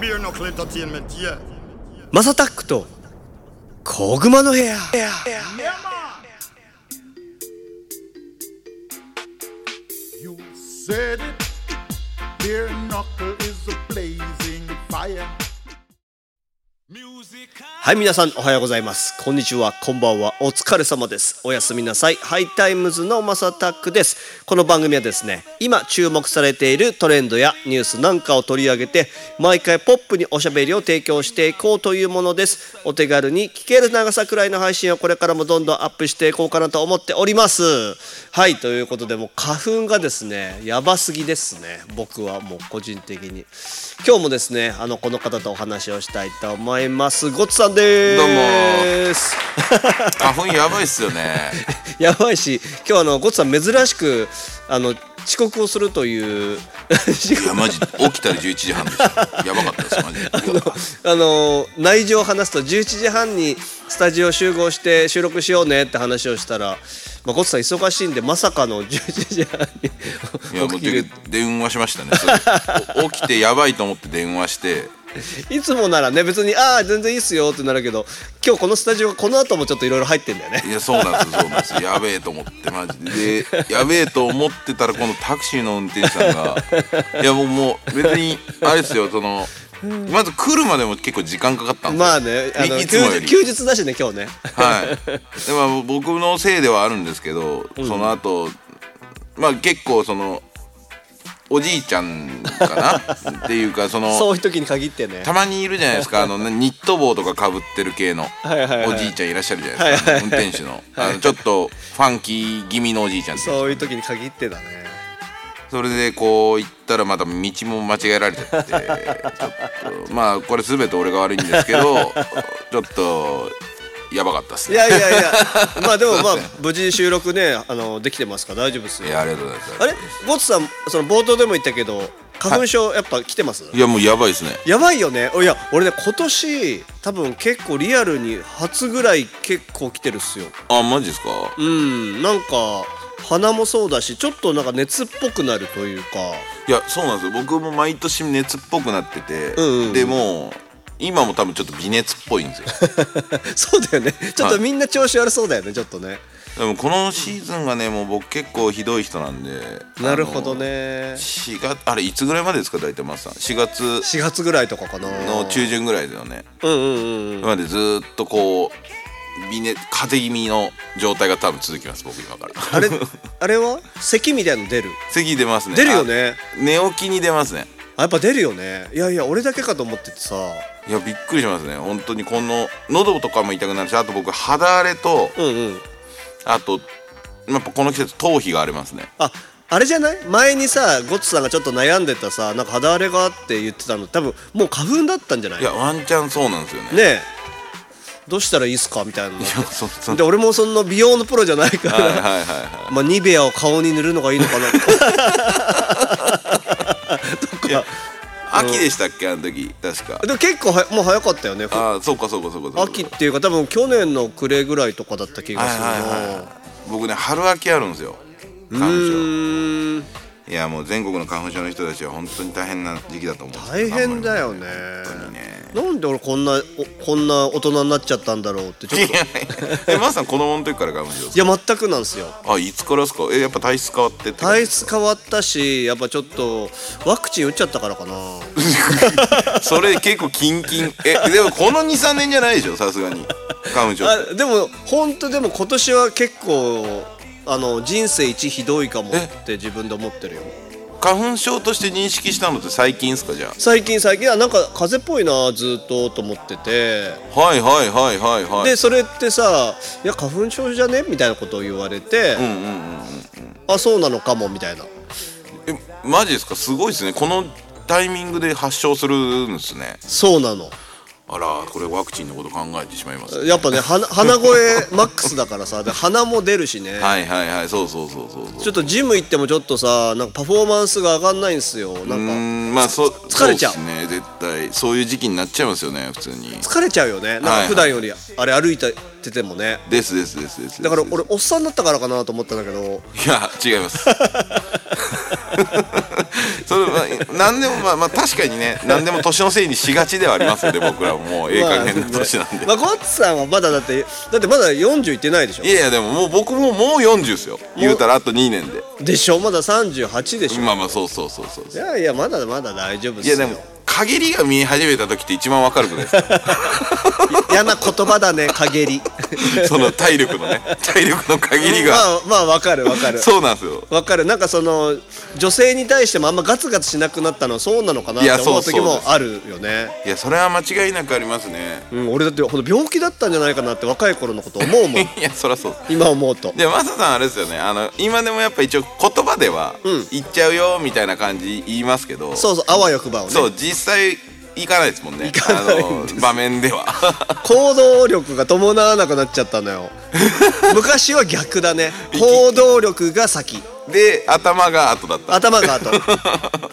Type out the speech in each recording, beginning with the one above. Beer Knuckle Entertainment, yeah. マサタックと小熊の部屋 You said it. Beer knuckle is a blazing fire. はい皆さんおはようございますこんにちはこんばんはお疲れ様ですおやすみなさいハイタイムズのマサタックですこの番組はですね今注目されているトレンドやニュースなんかを取り上げて毎回ポップにおしゃべりを提供していこうというものですお手軽に聞ける長さくらいの配信をこれからもどんどんアップしていこうかなと思っておりますはいということでもう花粉がですねやばすぎですね僕はもう個人的に今日もですねあのこの方とお話をしたいと思いますごつさんでどうもーす花粉やばいっすよね。やばいし今日あのゴツさん珍しくあの遅刻をするという いや、マジ、起きたら11時半でした。やばかったです、 マジで。 あの内情を話すと11時半にスタジオ集合して収録しようねって話をしたら、まあ、ゴツさん忙しいんでまさかの11時半いにや、も起うきるで電話しましたね。それお起きてやばいと思って電話して、いつもならね別に「ああ全然いいっすよ」ってなるけど今日このスタジオこの後もちょっといろいろ入ってんだよね いや、そうなんですよ、そうなんですよ。やべえと思って、マジで。でやべえと思ってたら、このタクシーの運転手さんが、いや、もう、もう、別に、あれですよ、その、まず来るまでも結構時間かかったんですよまあねあのいいつもよ休日り休日だしね今日ねはい、でも僕のせいではあるんですけど、その後まあ結構そのおじいちゃんか なっていうかそのそういう時に限ってねたまにいるじゃないですかあのねニット帽とかかぶってる系のいはいはいおじいちゃんいらっしゃるじゃないですか、運転手のあのちょっとファンキー気味のおじいちゃんってそういう時に限ってだねそれでこう行ったらまた道も間違えられちゃってちょっとまあこれ全て俺が悪いんですけど ちょっとやばかったっすいねやいやいや まあでもまあ無事収録ねあのできてますから大丈夫ですいよやありがとうございますあれゴッツさんその冒頭でも言ったけど花粉症やっぱ来てます、いやもうやばいですねやばいよねおいや俺ね今年多分結構リアルに初ぐらい結構来てるっすよあマジですかうんなんか鼻もそうだしちょっとなんか熱っぽくなるというか いやそうなんですよ僕も毎年熱っぽくなってて、うんうんうんでもう今も多分ちょっと微熱っぽいんです よそうだよねちょっとはいみんな調子悪そうだよねちょっとねでもこのシーズンがねもう僕結構ひどい人なんでなるほどあのね4月あれいつぐらいまでですか大体マスさん4月4月ぐらいとかかなの中旬ぐらいだよねうんうんうんうんまでずーっとこう微熱風邪気味の状態が多分続きます僕今から あれあれは咳みたいの出る咳出ますね出るよねあ寝起きに出ますねあやっぱ出るよねいやいや俺だけかと思っててさいやびっくりしますね本当にこの喉とかも痛くなるしあと僕肌荒れとうんうんあとやっぱこの季節頭皮が荒れますねああれじゃない前にさゴッツさんがちょっと悩んでたさなんか肌荒れがあって言ってたの多分もう花粉だったんじゃないいやワンチャンそうなんですよねねえどうしたらいいっすかみたいなのいやそそで俺も その美容のプロじゃないから、はいはいはいはまあ、ニベアを顔に塗るのがいいのかなといいやか秋でしたっけあの時確かでも結構はもう早かったよねああそうかそうかそうかそうか秋っていうか多分去年の暮れぐらいとかだった気がはいするな、はいはいはい僕ね春秋あるんですよ花う粉ーん症いやもう全国の花粉症の人たちは本当に大変な時期だと思うんです大変だよねなんで俺こんなおこんな大人になっちゃったんだろうってちいょやっといえマスさん子供の時から花粉 症ですや全くなんですよかあいつからですかえやっぱ体質変わってって体質変わったしやっぱちょっとワクチン打っちゃったからかなそれ結構キンキンえでもこの23年じゃないでしょさすがに花粉症ってあでも本当でも今年は結構あの人生一ひどいかもって自分で思ってるよ花粉症として認識したのって最近ですかじゃ最近最近あなんか風邪っぽいなずっとと思っててあはいはいはいはいはいでそれってさ「いや花粉症じゃね?」みたいなことを言われて「うんうんうんあそうなのかも」みたいなえマジですかすごいですねこのタイミングで発症するんですねそうなのあらこれワクチンのこと考えてしまいますやっぱね鼻鼻声マックスだからさで鼻も出るしね、はいはいはいそうそうそうそうそうちょっとジム行ってもちょっとさなんかパフォーマンスが上がんないんすよなうーんかんまあそ疲れちゃうそうっすね絶対そういう時期になっちゃいますよね普通に疲れちゃうよねなんはいかはい普段よりあれ歩いててもねですですですですですだから俺おっさんだったからかなと思ったんだけどいや違いますそ それは何でもまあまあ確かにね何でも年のせいにしがちではありますよね僕らももうええ加減な 年なんで、まあ、ゴッツさんはまだだってだってまだ40いってないでしょいやいやでももう僕ももう40ですよ言うたらあと2年ででしょまだ38でしょまあまあそうそうそうそういやいやまだまだ大丈夫でいすやよでも陰りが見え始めた時って一番わかるくないですか嫌な言葉 だね陰りその体力のね体力の限りまがあまあわかるわかるそうなんですよわかるなんかその女性に対してもあんまガツガツしなくなったのそうなのかなっいやて思うそう時そうもですあるよねいやそれは間違いなくありますねうん、俺だってほんと病気だったんじゃないかなって若い頃のこと思うも んいやそりゃそう今思うとでマサさんあれですよねあの今でもやっぱ一応言葉ではうん「行っちゃうよ」みたいな感じ言いますけど、そうそうあわよくばをねそう実際行かないですもんねあの場面では 行動力が伴わなくなっちゃったの よ昔は逆だね行動力が先で頭が後だった頭 が後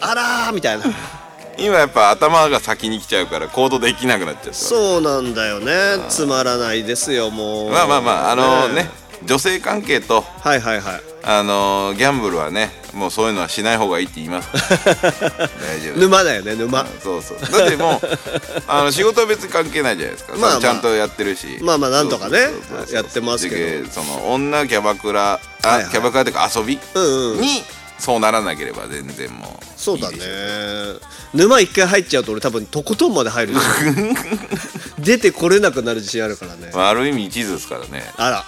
あらーみたいな今やっぱ頭が先に来ちゃうから行動できなくなっちゃったそうなんだよねつまらないですよもうまあまあまああのねね女性関係とはいはいはいあのギャンブルはねもうそういうのはしない方がいいって言いま すから大丈夫です沼だよね沼そうそうだっ てもうあの仕事は別に関係ないじゃないですか、まあまあちゃんとやってるしまあまあなんとかねそうそうそうそうやってますけどでその女キャバクラあ、はいはいキャバクラというか遊びに、うんうんそうならなければ全然もうそうだいねいでしょ沼一回入っちゃうと俺多分とことんまで入 るでしょ出てこれなくなる自信あるからねまあ、ある意味一途ですからねあら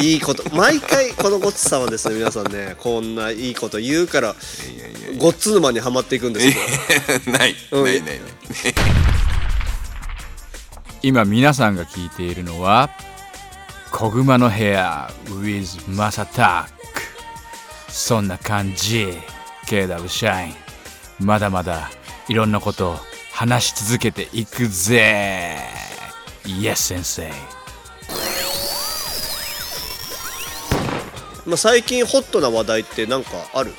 い いいこと毎回このごっつさんはですね皆さんねこんないいこと言うからいやいやいごっつ沼にはまっていくんですよや ない、うんないないない今皆さんが聞いているのは「小熊の部屋 with マサタック」そんな感じ KW シャインまだまだいろんなことを話し続けていくぜ Yes 先生まあ最近ホットな話題ってなんかある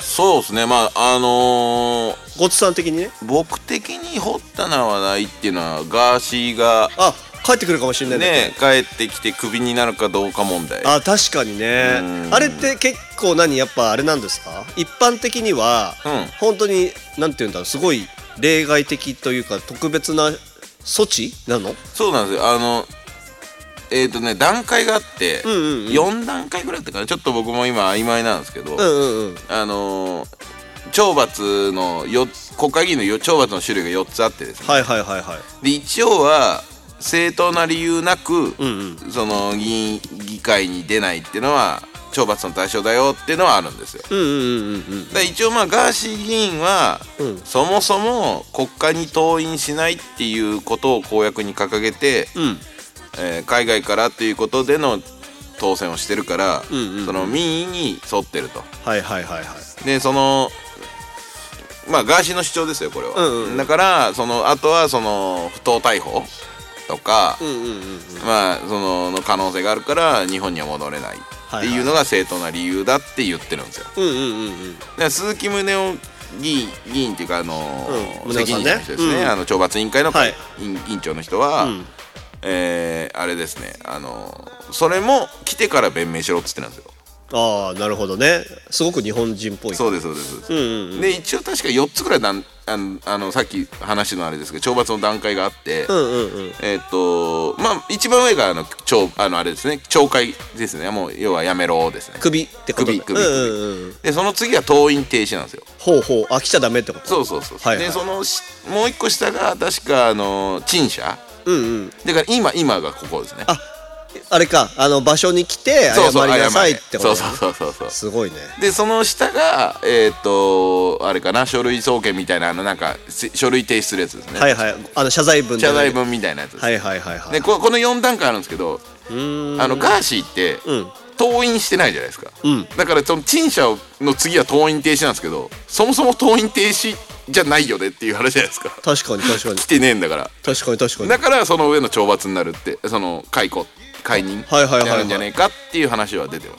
そうですねまああのーごっつさん的にね僕的に掘ったなはないっていうのはガーシーがあ帰ってくるかもしれないね帰ってきてクビになるかどうか問題あ確かにねうんあれって結構何やっぱあれなんですか一般的には、うん本当になんて言うんだろうすごい例外的というか特別な措置なのそうなんですよあのえっ、とね段階があって、んうんうん4段階ぐらいだったかなちょっと僕も今曖昧なんですけど、うんうんうんあのー懲罰の4つ国会議員のよ懲罰の種類が4つあってですねはいはいはいはいで一応は正当な理由なく、うんうんその議員議会に出ないっていうのは懲罰の対象だよっていうのはあるんですようんうんうんうんだから一応まあガーシー議員は、うんそもそも国会に登院しないっていうことを公約に掲げて、うんえー海外からということでの当選をしてるから、うんうんうんその民意に沿ってるとはいはいはいはいでそのまあガーシーの主張ですよこれは、うんうんだからそのあとはその不当逮捕とか、うんうんうんうんまあそのの可能性があるから日本には戻れないっていうのが正当な理由だって言ってるんですようんうんうんうんで鈴木宗男議員議員っていうかあのーうん宗男さ責んね任者の人ですね、うんあの懲罰委員会の、はい委員委員長の人は、うんえーあれですねあのーそれも来てから弁明しろっつってなんですよああなるほどねすごく日本人っぽいそうですそうですそうです、うんうんで一応確か4つぐらいなんあのあのさっき話のあれですけど懲罰の段階があって、うんうんうんえーっとまあ一番上があの懲あのあれですね懲戒ですねもう要はやめろですね首ってこと首首首うんうんうんでその次が登院停止なんですよほうほうあ来ちゃダメってことそうそうそう、はいはいでそのしもう一個下が確かあの陳謝うんうんだから今今がここですねああれかあの場所に来て謝りなさいってことそうねそうそうそうそうすごいねでその下がえーっ、とあれかな書類送検みたいなあのなんかせ書類提出するやつですね、はいはいあの謝罪文じ謝ゃない罪文みたいなやつです、はいはいはいはいでここの4段階あるんですけどうーんあのガーシーって、うん登院してないじゃないですか、うんだからその陳謝の次は登院停止なんですけどそもそも登院停止じゃないよねっていう話じゃないですか確かに確かに来てねえんだから確かに確かにだからその上の懲罰になるってその解雇解任にはいはいはいはいなるんじゃねえかっていう話は出てま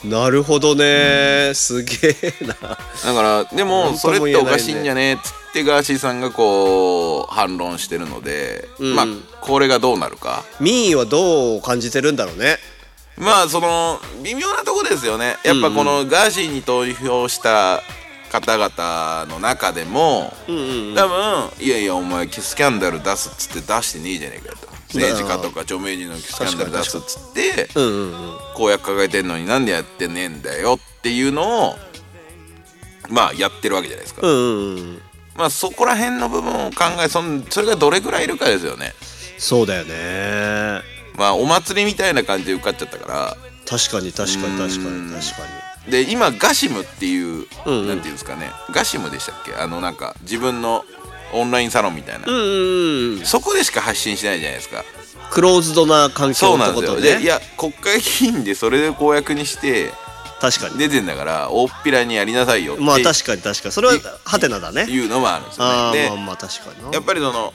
すねなるほどねすげえなだからでも何そとれもっ言えてないねおかしいんじゃねえっつってガーシーさんがこう反論してるので、んまあこれがどうなるか民意はどう感じてるんだろうねまあその微妙なとこですよねやっぱこのガーシーに投票した方々の中でも、多分いやいやお前スキャンダル出すっつって出してねえじゃねえかと政治家とか著名人のスキャンダル出すっつってうんうんうん公約抱えてんのになんでやってねえんだよっていうのをまあやってるわけじゃないですか、うんうんまあそこら辺の部分を考えそんそれがどれぐらいいるかですよねそうだよねまあお祭りみたいな感じで受かっちゃったから確かに確かに確かに確かで今ガシムっていう、うんうんなんていうんですかねガシムでしたっけあのなんか自分のオンラインサロンみたいな、にうんうんうんそこでしか発信しないじゃないですかクローズドな環そ境うっなてんこですとよ、でいねや国会議員でそれで公約にして確かに出てんだから大っぴらにやりなさいよってまあ確かに確かにそれはハテナだねいうのもあるんですあよあねまあでまあ確かになやっぱりその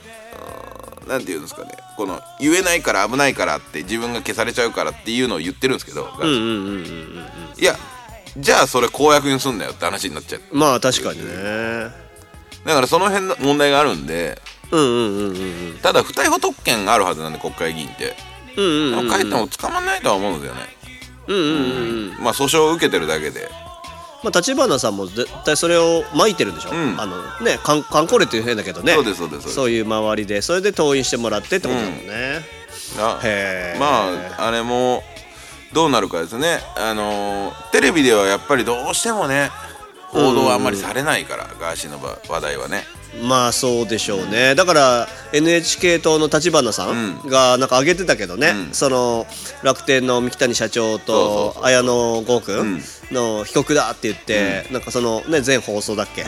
うんなんていうんですかねこの言えないから危ないからって自分が消されちゃうからっていうのを言ってるんですけど、うんうんうんうんうんいやじゃあそれ公約にすんだよって話になっちゃうまあ確かにねだからその辺の問題があるんでうんうんうんうんうんただ不逮捕特権があるはずなんで国会議員って、うんでうんも帰っても捕まんないとは思うんですよね、うんうんうんうんまあ訴訟を受けてるだけでまあ立花さんも絶対それをまいてるんでしょんあのねカンカンコレっていう変だけどねそうですそうですそうですそういう周りでそれで登院してもらってってことだもんねあへーまああれもどうなるかですねあのーテレビではやっぱりどうしてもね報道はあんまりされないから、ガーシーの場話題はねまあそうでしょうね、だから NHK 党の立花さんがなんか挙げてたけどね、うんその楽天の三木谷社長そうそうとそう綾野剛君んの被告だって言って、なんかそのね全放送だっけ、うん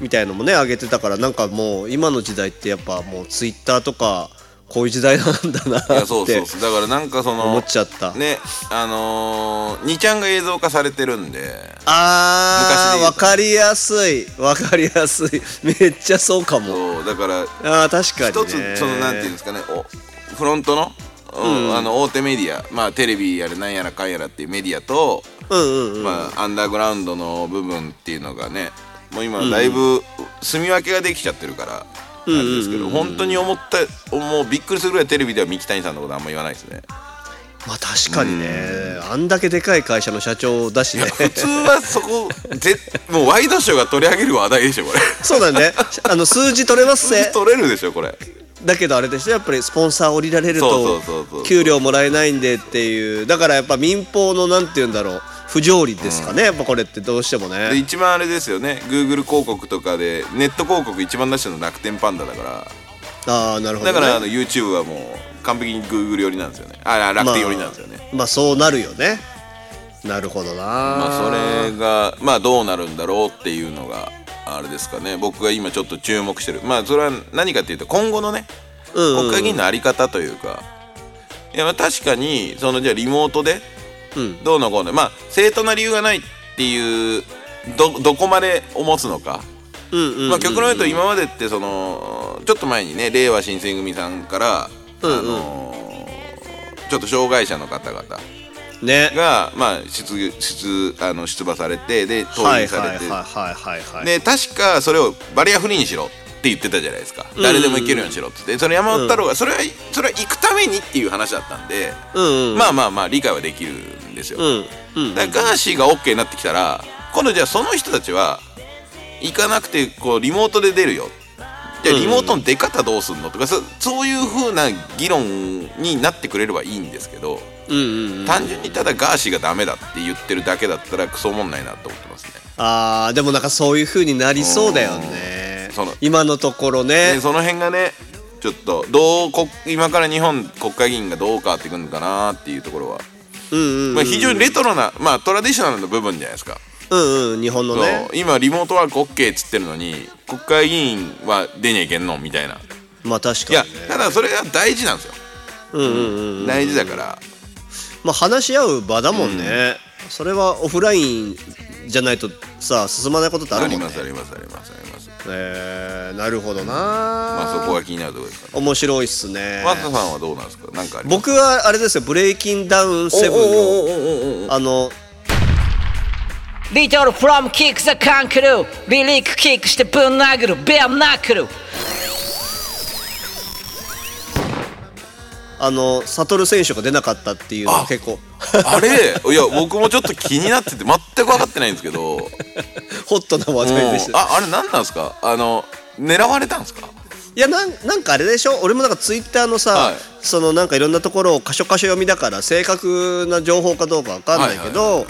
みたいのもね挙げてたからなんかもう今の時代ってやっぱもうツイッターとかこういう時代なんだないっやそうそてうそうだからなんかそ思のっちゃった、ねあのー、2ちゃんが映像化されてるんで昔あーで言うわとかりやすいわかりやすいめっちゃそうかもそうだからあー確か一にねつそのなんていうんですかねおフロントの、うんあの大手メディアまあテレビやらなんやらかんやらっていうメディアと、うんうんうんまあアンダーグラウンドの部分っていうのがねもう今だいぶ住み分けができちゃってるから。なんですけど本当に思ったもうびっくりするぐらいテレビでは三木谷さんのことあんま言わないですねまあ確かにね、あんだけでかい会社の社長だし ね普通はそこぜもうワイドショーが取り上げる話題でしょこれそうだねあの数字取れますぜ取れるでしょこれだけどあれでしょやっぱりスポンサー降りられるそうそとうそうそう給料もらえないんでっていうだからやっぱ民放のなんて言うんだろう不条理ですかね、やっぱこれってどうしてもでね一番あれですよね Google 広告とかでネット広告一番出してるの楽天パンダだからああなるほど、だね、からあの YouTube はもう完璧に Google 寄りなんですよねあ楽天寄りなんですよね、まあ、まあそうなるよねなるほどなまあ、そあれがまあどうなるんだろうっていうのがあれですかね僕が今ちょっと注目してるまあそれは何かっていうと今後のねそれ、うんうん国会議員のあり方というか、いやまあ確かにそのじゃあリモートでうんどうのこうのまあ正当な理由がないっていうどどこまで思つのかうんうんまあ、極論言うと今までってそのちょっと前にね令和新選組さんから、うんあのーちょっと障害者の方々ねが、まあ、出出あの出馬されてで党はいはい員さはいれて、はいはいはいで確かそれをバリアフリーにしろって言ってたじゃないですか誰でも行けるようにしろってでそれ山本太郎がそれはそれは行くためにっていう話だったんで、うんうんまあまあまあ理解はできるんですよ。うんうんだからガーシーが OK になってきたら今度じゃあその人たちは行かなくてこうリモートで出るよじゃあリモートの出方どうすんのとかそそういう風な議論になってくれればいいんですけどうんうんうん単純にただガーシーがダメだって言ってるだけだったらクソおもんないなと思ってますね。あーでもなんかそういう風になりそうだよねうんその今のところねでその辺がねちょっとどうこ今から日本国会議員がどう変わっていくのかなっていうところは、うんうんまあ、非常にレトロな、まあ、トラディショナルな部分じゃないですか。うんうん日本のそうね今リモートワーク OK っつってるのに国会議員は出にゃいけんのみたいなまあ確いやかにねただそれが大事なんですようんうんうん大事だからまあ話し合う場だもんねそれはオフラインじゃないとさ進まないことってああるりもんまねすありますありますありますえーなるほどなまあそこが気になるところですかね面白いっすねマサさんはどうなんですかなんかあります僕はあれですよブレイキンダウンセブンのあの Little from kick the kangaroo リリックキックしてぶん殴るベアナックルあの悟選手が出なかったっていうのは結構 あれ いや僕もちょっと気になってて全く分かってないんですけどもうホットな話題でしたああれ何なんですかあの狙われたんですかいやなんなんかあれでしょ俺もなんかツイッターのさ、はいそのなんかいろんなところを箇所箇所読みだから正確な情報かどうかわかんないけど、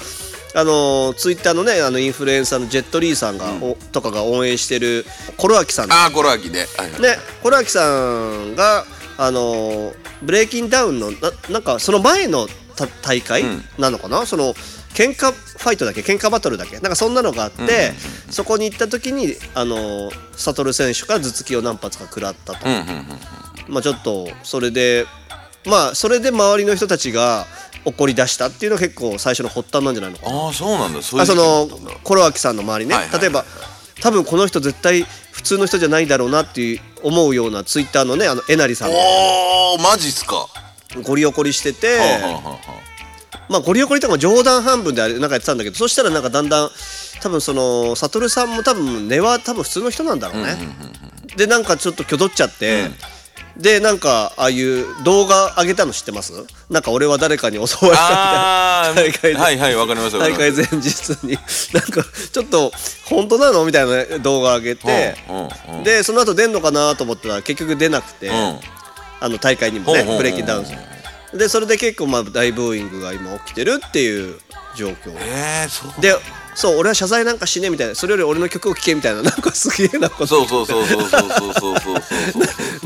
あのツイッターのねあのインフルエンサーのジェットリーさんが、おとかが応援してるコロアキさんああコロアキね、はいはいねコロアキさんがあのブレイキンダウンのななんかその前のた大会んなのかな、その喧嘩ファイトだっけ喧嘩バトルだっけなんかそんなのがあって、そこに行った時にあの悟選手から頭突きを何発か食らったと、うんうんうんまあちょっとそれでまあそれで周りの人たちが怒り出したっていうのが結構最初の発端なんじゃないのかなああそうなんだそういあうその時期だったんだコロアキさんの周りね、はいはい例えば多分この人絶対普通の人じゃないだろうなっていう思うようなツイッターのねあのえなりさんがおーマジっすか、はゴリ怒りしててあはあはあはまあゴリ怒りとかも冗談半分であれなんかやってたんだけどそしたらなんかだんだん多分その悟さんも多分根は多分普通の人なんだろうね、でなんかちょっと挙取っちゃって、でなんかああいう動画上げたの知ってますなんか俺は誰かに襲われたみたいなああ大会ではいはいわかりましたわか大りま会し前日に なんかちょっと本当なのみたいな動画上げてうんうんうんでその後出んのかなと思ったら結局出なくてたうんあの大会にもねうんうんうんブレイキンダウンズでそれで結構まあ大ブーイングが今起きてるっていう状況えー、そうでそう俺は謝罪なんかしねえみたいなそれより俺の曲を聴けみたいななんかすげえなこそうそうそうそうそうそうそうそうそうそう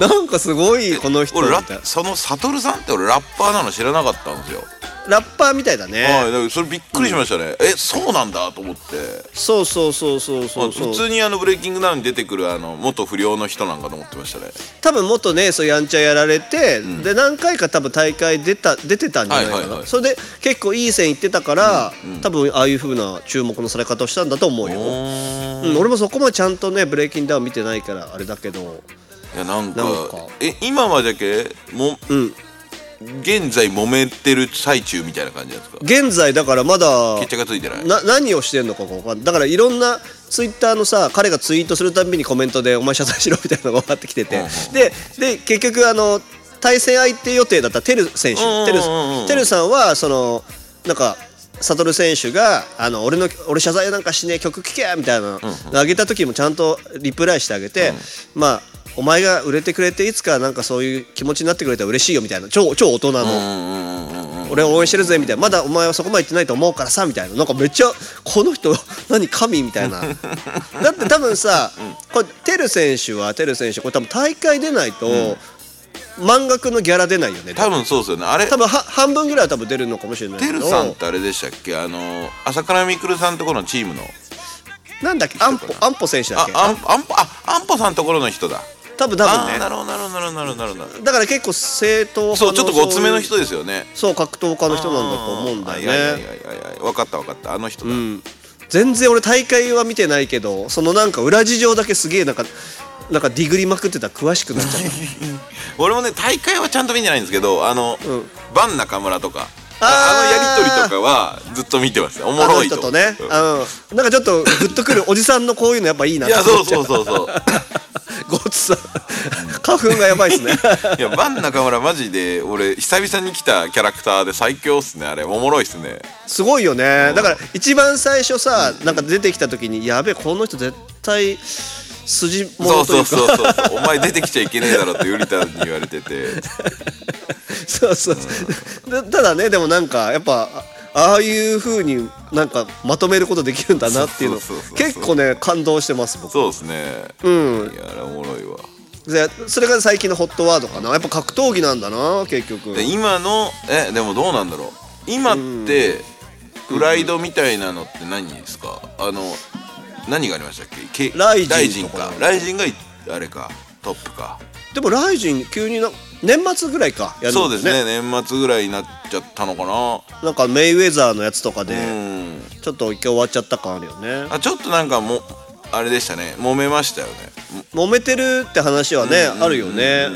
のなんかすごいこの人み俺たいラなそのサトルさんって俺ラッパーなの知らなかったんですよ、ラッパーみたいだね、はいだからそれびっくりしましたね、えそうなんだと思ってそうそうそうそうまそあうそう普通にあのブレイキングダウンに出てくるあの元不良の人なんかと思ってましたね多分元ねそうやんちゃやられて、で何回か多分大会出た出てたんじゃないかな、はいはいはいそれで結構いい線いってたから、多分ああいう風な注目のされ方をしたんだと思うよ、うん、俺もそこまでちゃんとねブレイキンダウン見てないからあれだけどいやなんかなんかえ今はじゃけも、ん現在揉めてる最中みたいな感じなんですか現在だからまだ決着がついてないな何をしてんのかが分かんないだからいろんなツイッターのさ彼がツイートするたんびにコメントで「お前謝罪しろ」みたいなのが分かってきてて、うんうんでで結局あの対戦相手予定だったテル選手、うんうんうんテルうんテルさんはそのなんか悟選手があの俺の俺謝罪なんかしねえ曲聴けみたいなのあげた時もちゃんとリプライしてあげて、まあお前が売れてくれていつかなんかそういう気持ちになってくれたら嬉しいよみたいな超超大人の、うんうんうんうんうん俺は応援してるぜみたいなまだお前はそこまで行ってないと思うからさみたいななんかめっちゃこの人 何神みたいなだって多分さこれテル選手はテル選手これ多分大会出ないと、満額のギャラ出ないよね多分そうですよねあれ多分は半分ぐらいは多分出るのかもしれないけてどるさんってあれでしたっけあの朝倉未来さんところのチームのなんだっけ安保安保選手だっあけあんあんぽああんぽさんところの人だ多分多あ分ーねなるほどなるほどなるほどなるほどなるほだから結構正統ど派そうちょっとごつめのそう人ですよねいうそう格闘家の人なんだと思うんだあーいやよいねやいやいやいや分かった分かったあの人だ、全然俺大会は見てないけどそのなんか裏事情だけすげえなんかなんかディグりまくってたら詳しくなっちゃった俺もね大会はちゃんと見てないんですけどあの、んバン中村とかああーあのやり取りとかはずっと見てます おもあのろい人ととね、うんうん、なんかちょっとグッとくるおじさんのこういうのやっぱいいないや そうそうそう そうごつさん 花粉がやばい ですねいやバン中村マジで俺久々に来たキャラクターで最強っすねあれおもろいっすねすごいよねだから一番最初さなんか出てきた時にやべえこの人絶対筋そ物うといそううかそうそうそうお前出てきちゃいけねえだろってユリタに言われてて そうそうだただねでもなんかやっぱあああいう風になんかまとめることできるんだなっていうのそうそうそうそう結構ね感動してます僕そうですねうんいやあれおもろいわでそれが最近のホットワードかなやっぱ格闘技なんだな結局で今のえでもどうなんだろう今ってプライドみたいなのって何ですかあの何がありましたっけけライジンライジンとかかなライジンがいあれかトップかでもライジン急にな年末ぐらいかやるそのうですね年末ぐらいになっちゃったのかななんかメイウェザーのやつとかでうんちょっと一回終わっちゃった感あるよねあちょっとなんかもあれでしたね揉めましたよね揉めてるって話はねうんうんうんうんあるよね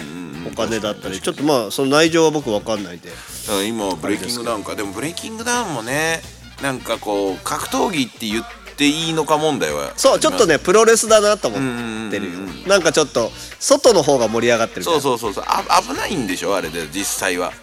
お金だったりちょっとまあその内情は僕わかんないんでだから今はブレイキングダウンかでもブレイキングダウンもねなんかこう格闘技って言っっていいのか問題はそうちょっとねプロレスだなと思ってるようんうんうんなんかちょっと外の方が盛り上がってるそううそうそうそうあ危ないんでしょあれで実際は、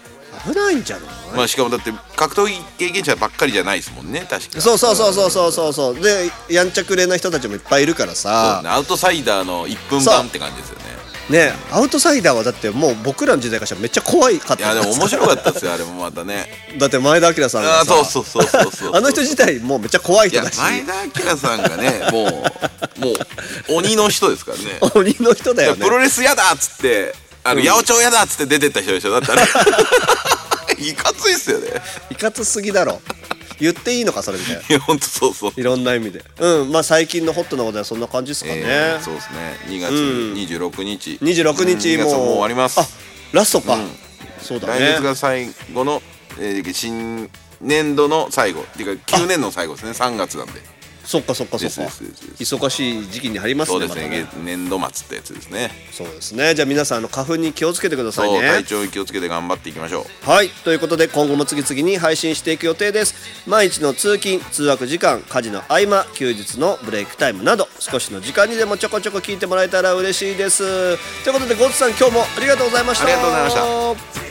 危ないんじゃないまあしかもだって格闘技経験者ばっかりじゃないですもんね確かそうそうそうそうそうそうそうでやんちゃくれな人たちもいっぱいいるからそうさねアウトサイダーの1分そう版って感じですよねねアウトサイダーはだってもう僕らの時代からしたらめっちゃ怖いかっいたやでも面白いかったですよあれ もまたね だって前田明さんあがあそうさそうそうそうそうあの人自体もうめっちゃ怖いい人やだし前田明さんがねもうもう鬼の人ですからね鬼の人だよいねやプロレスやだっつってあの、八百長やだっつって出てった人でしょだったら いかついっすよねいかつすぎだろ言っていいのかそれみたいないやほんとそうそういろんな意味でうんまあ最近のホットなことはそんな感じですかね、えーそうですね2月26日、 26日もううん二月もう終わりますあラストか、うんそうだ来ね月が最後の、えー新年度の最後っていうか9年の最後ですね3月なんでそっかそっかそでっすかですですです忙しい時期に入りますそうねですね,、またね年度末ってやつですねそうですねじゃあ皆さんあの花粉に気をつけてくださいそう体ね調に気をつけて頑張っていきましょうはいということで今後も次々に配信していく予定です毎日の通勤通学時間家事の合間休日のブレイクタイムなど少しの時間にでもちょこちょこ聞いてもらえたら嬉しいですということでゴッツさん今日もありがとうございましたありがとうございました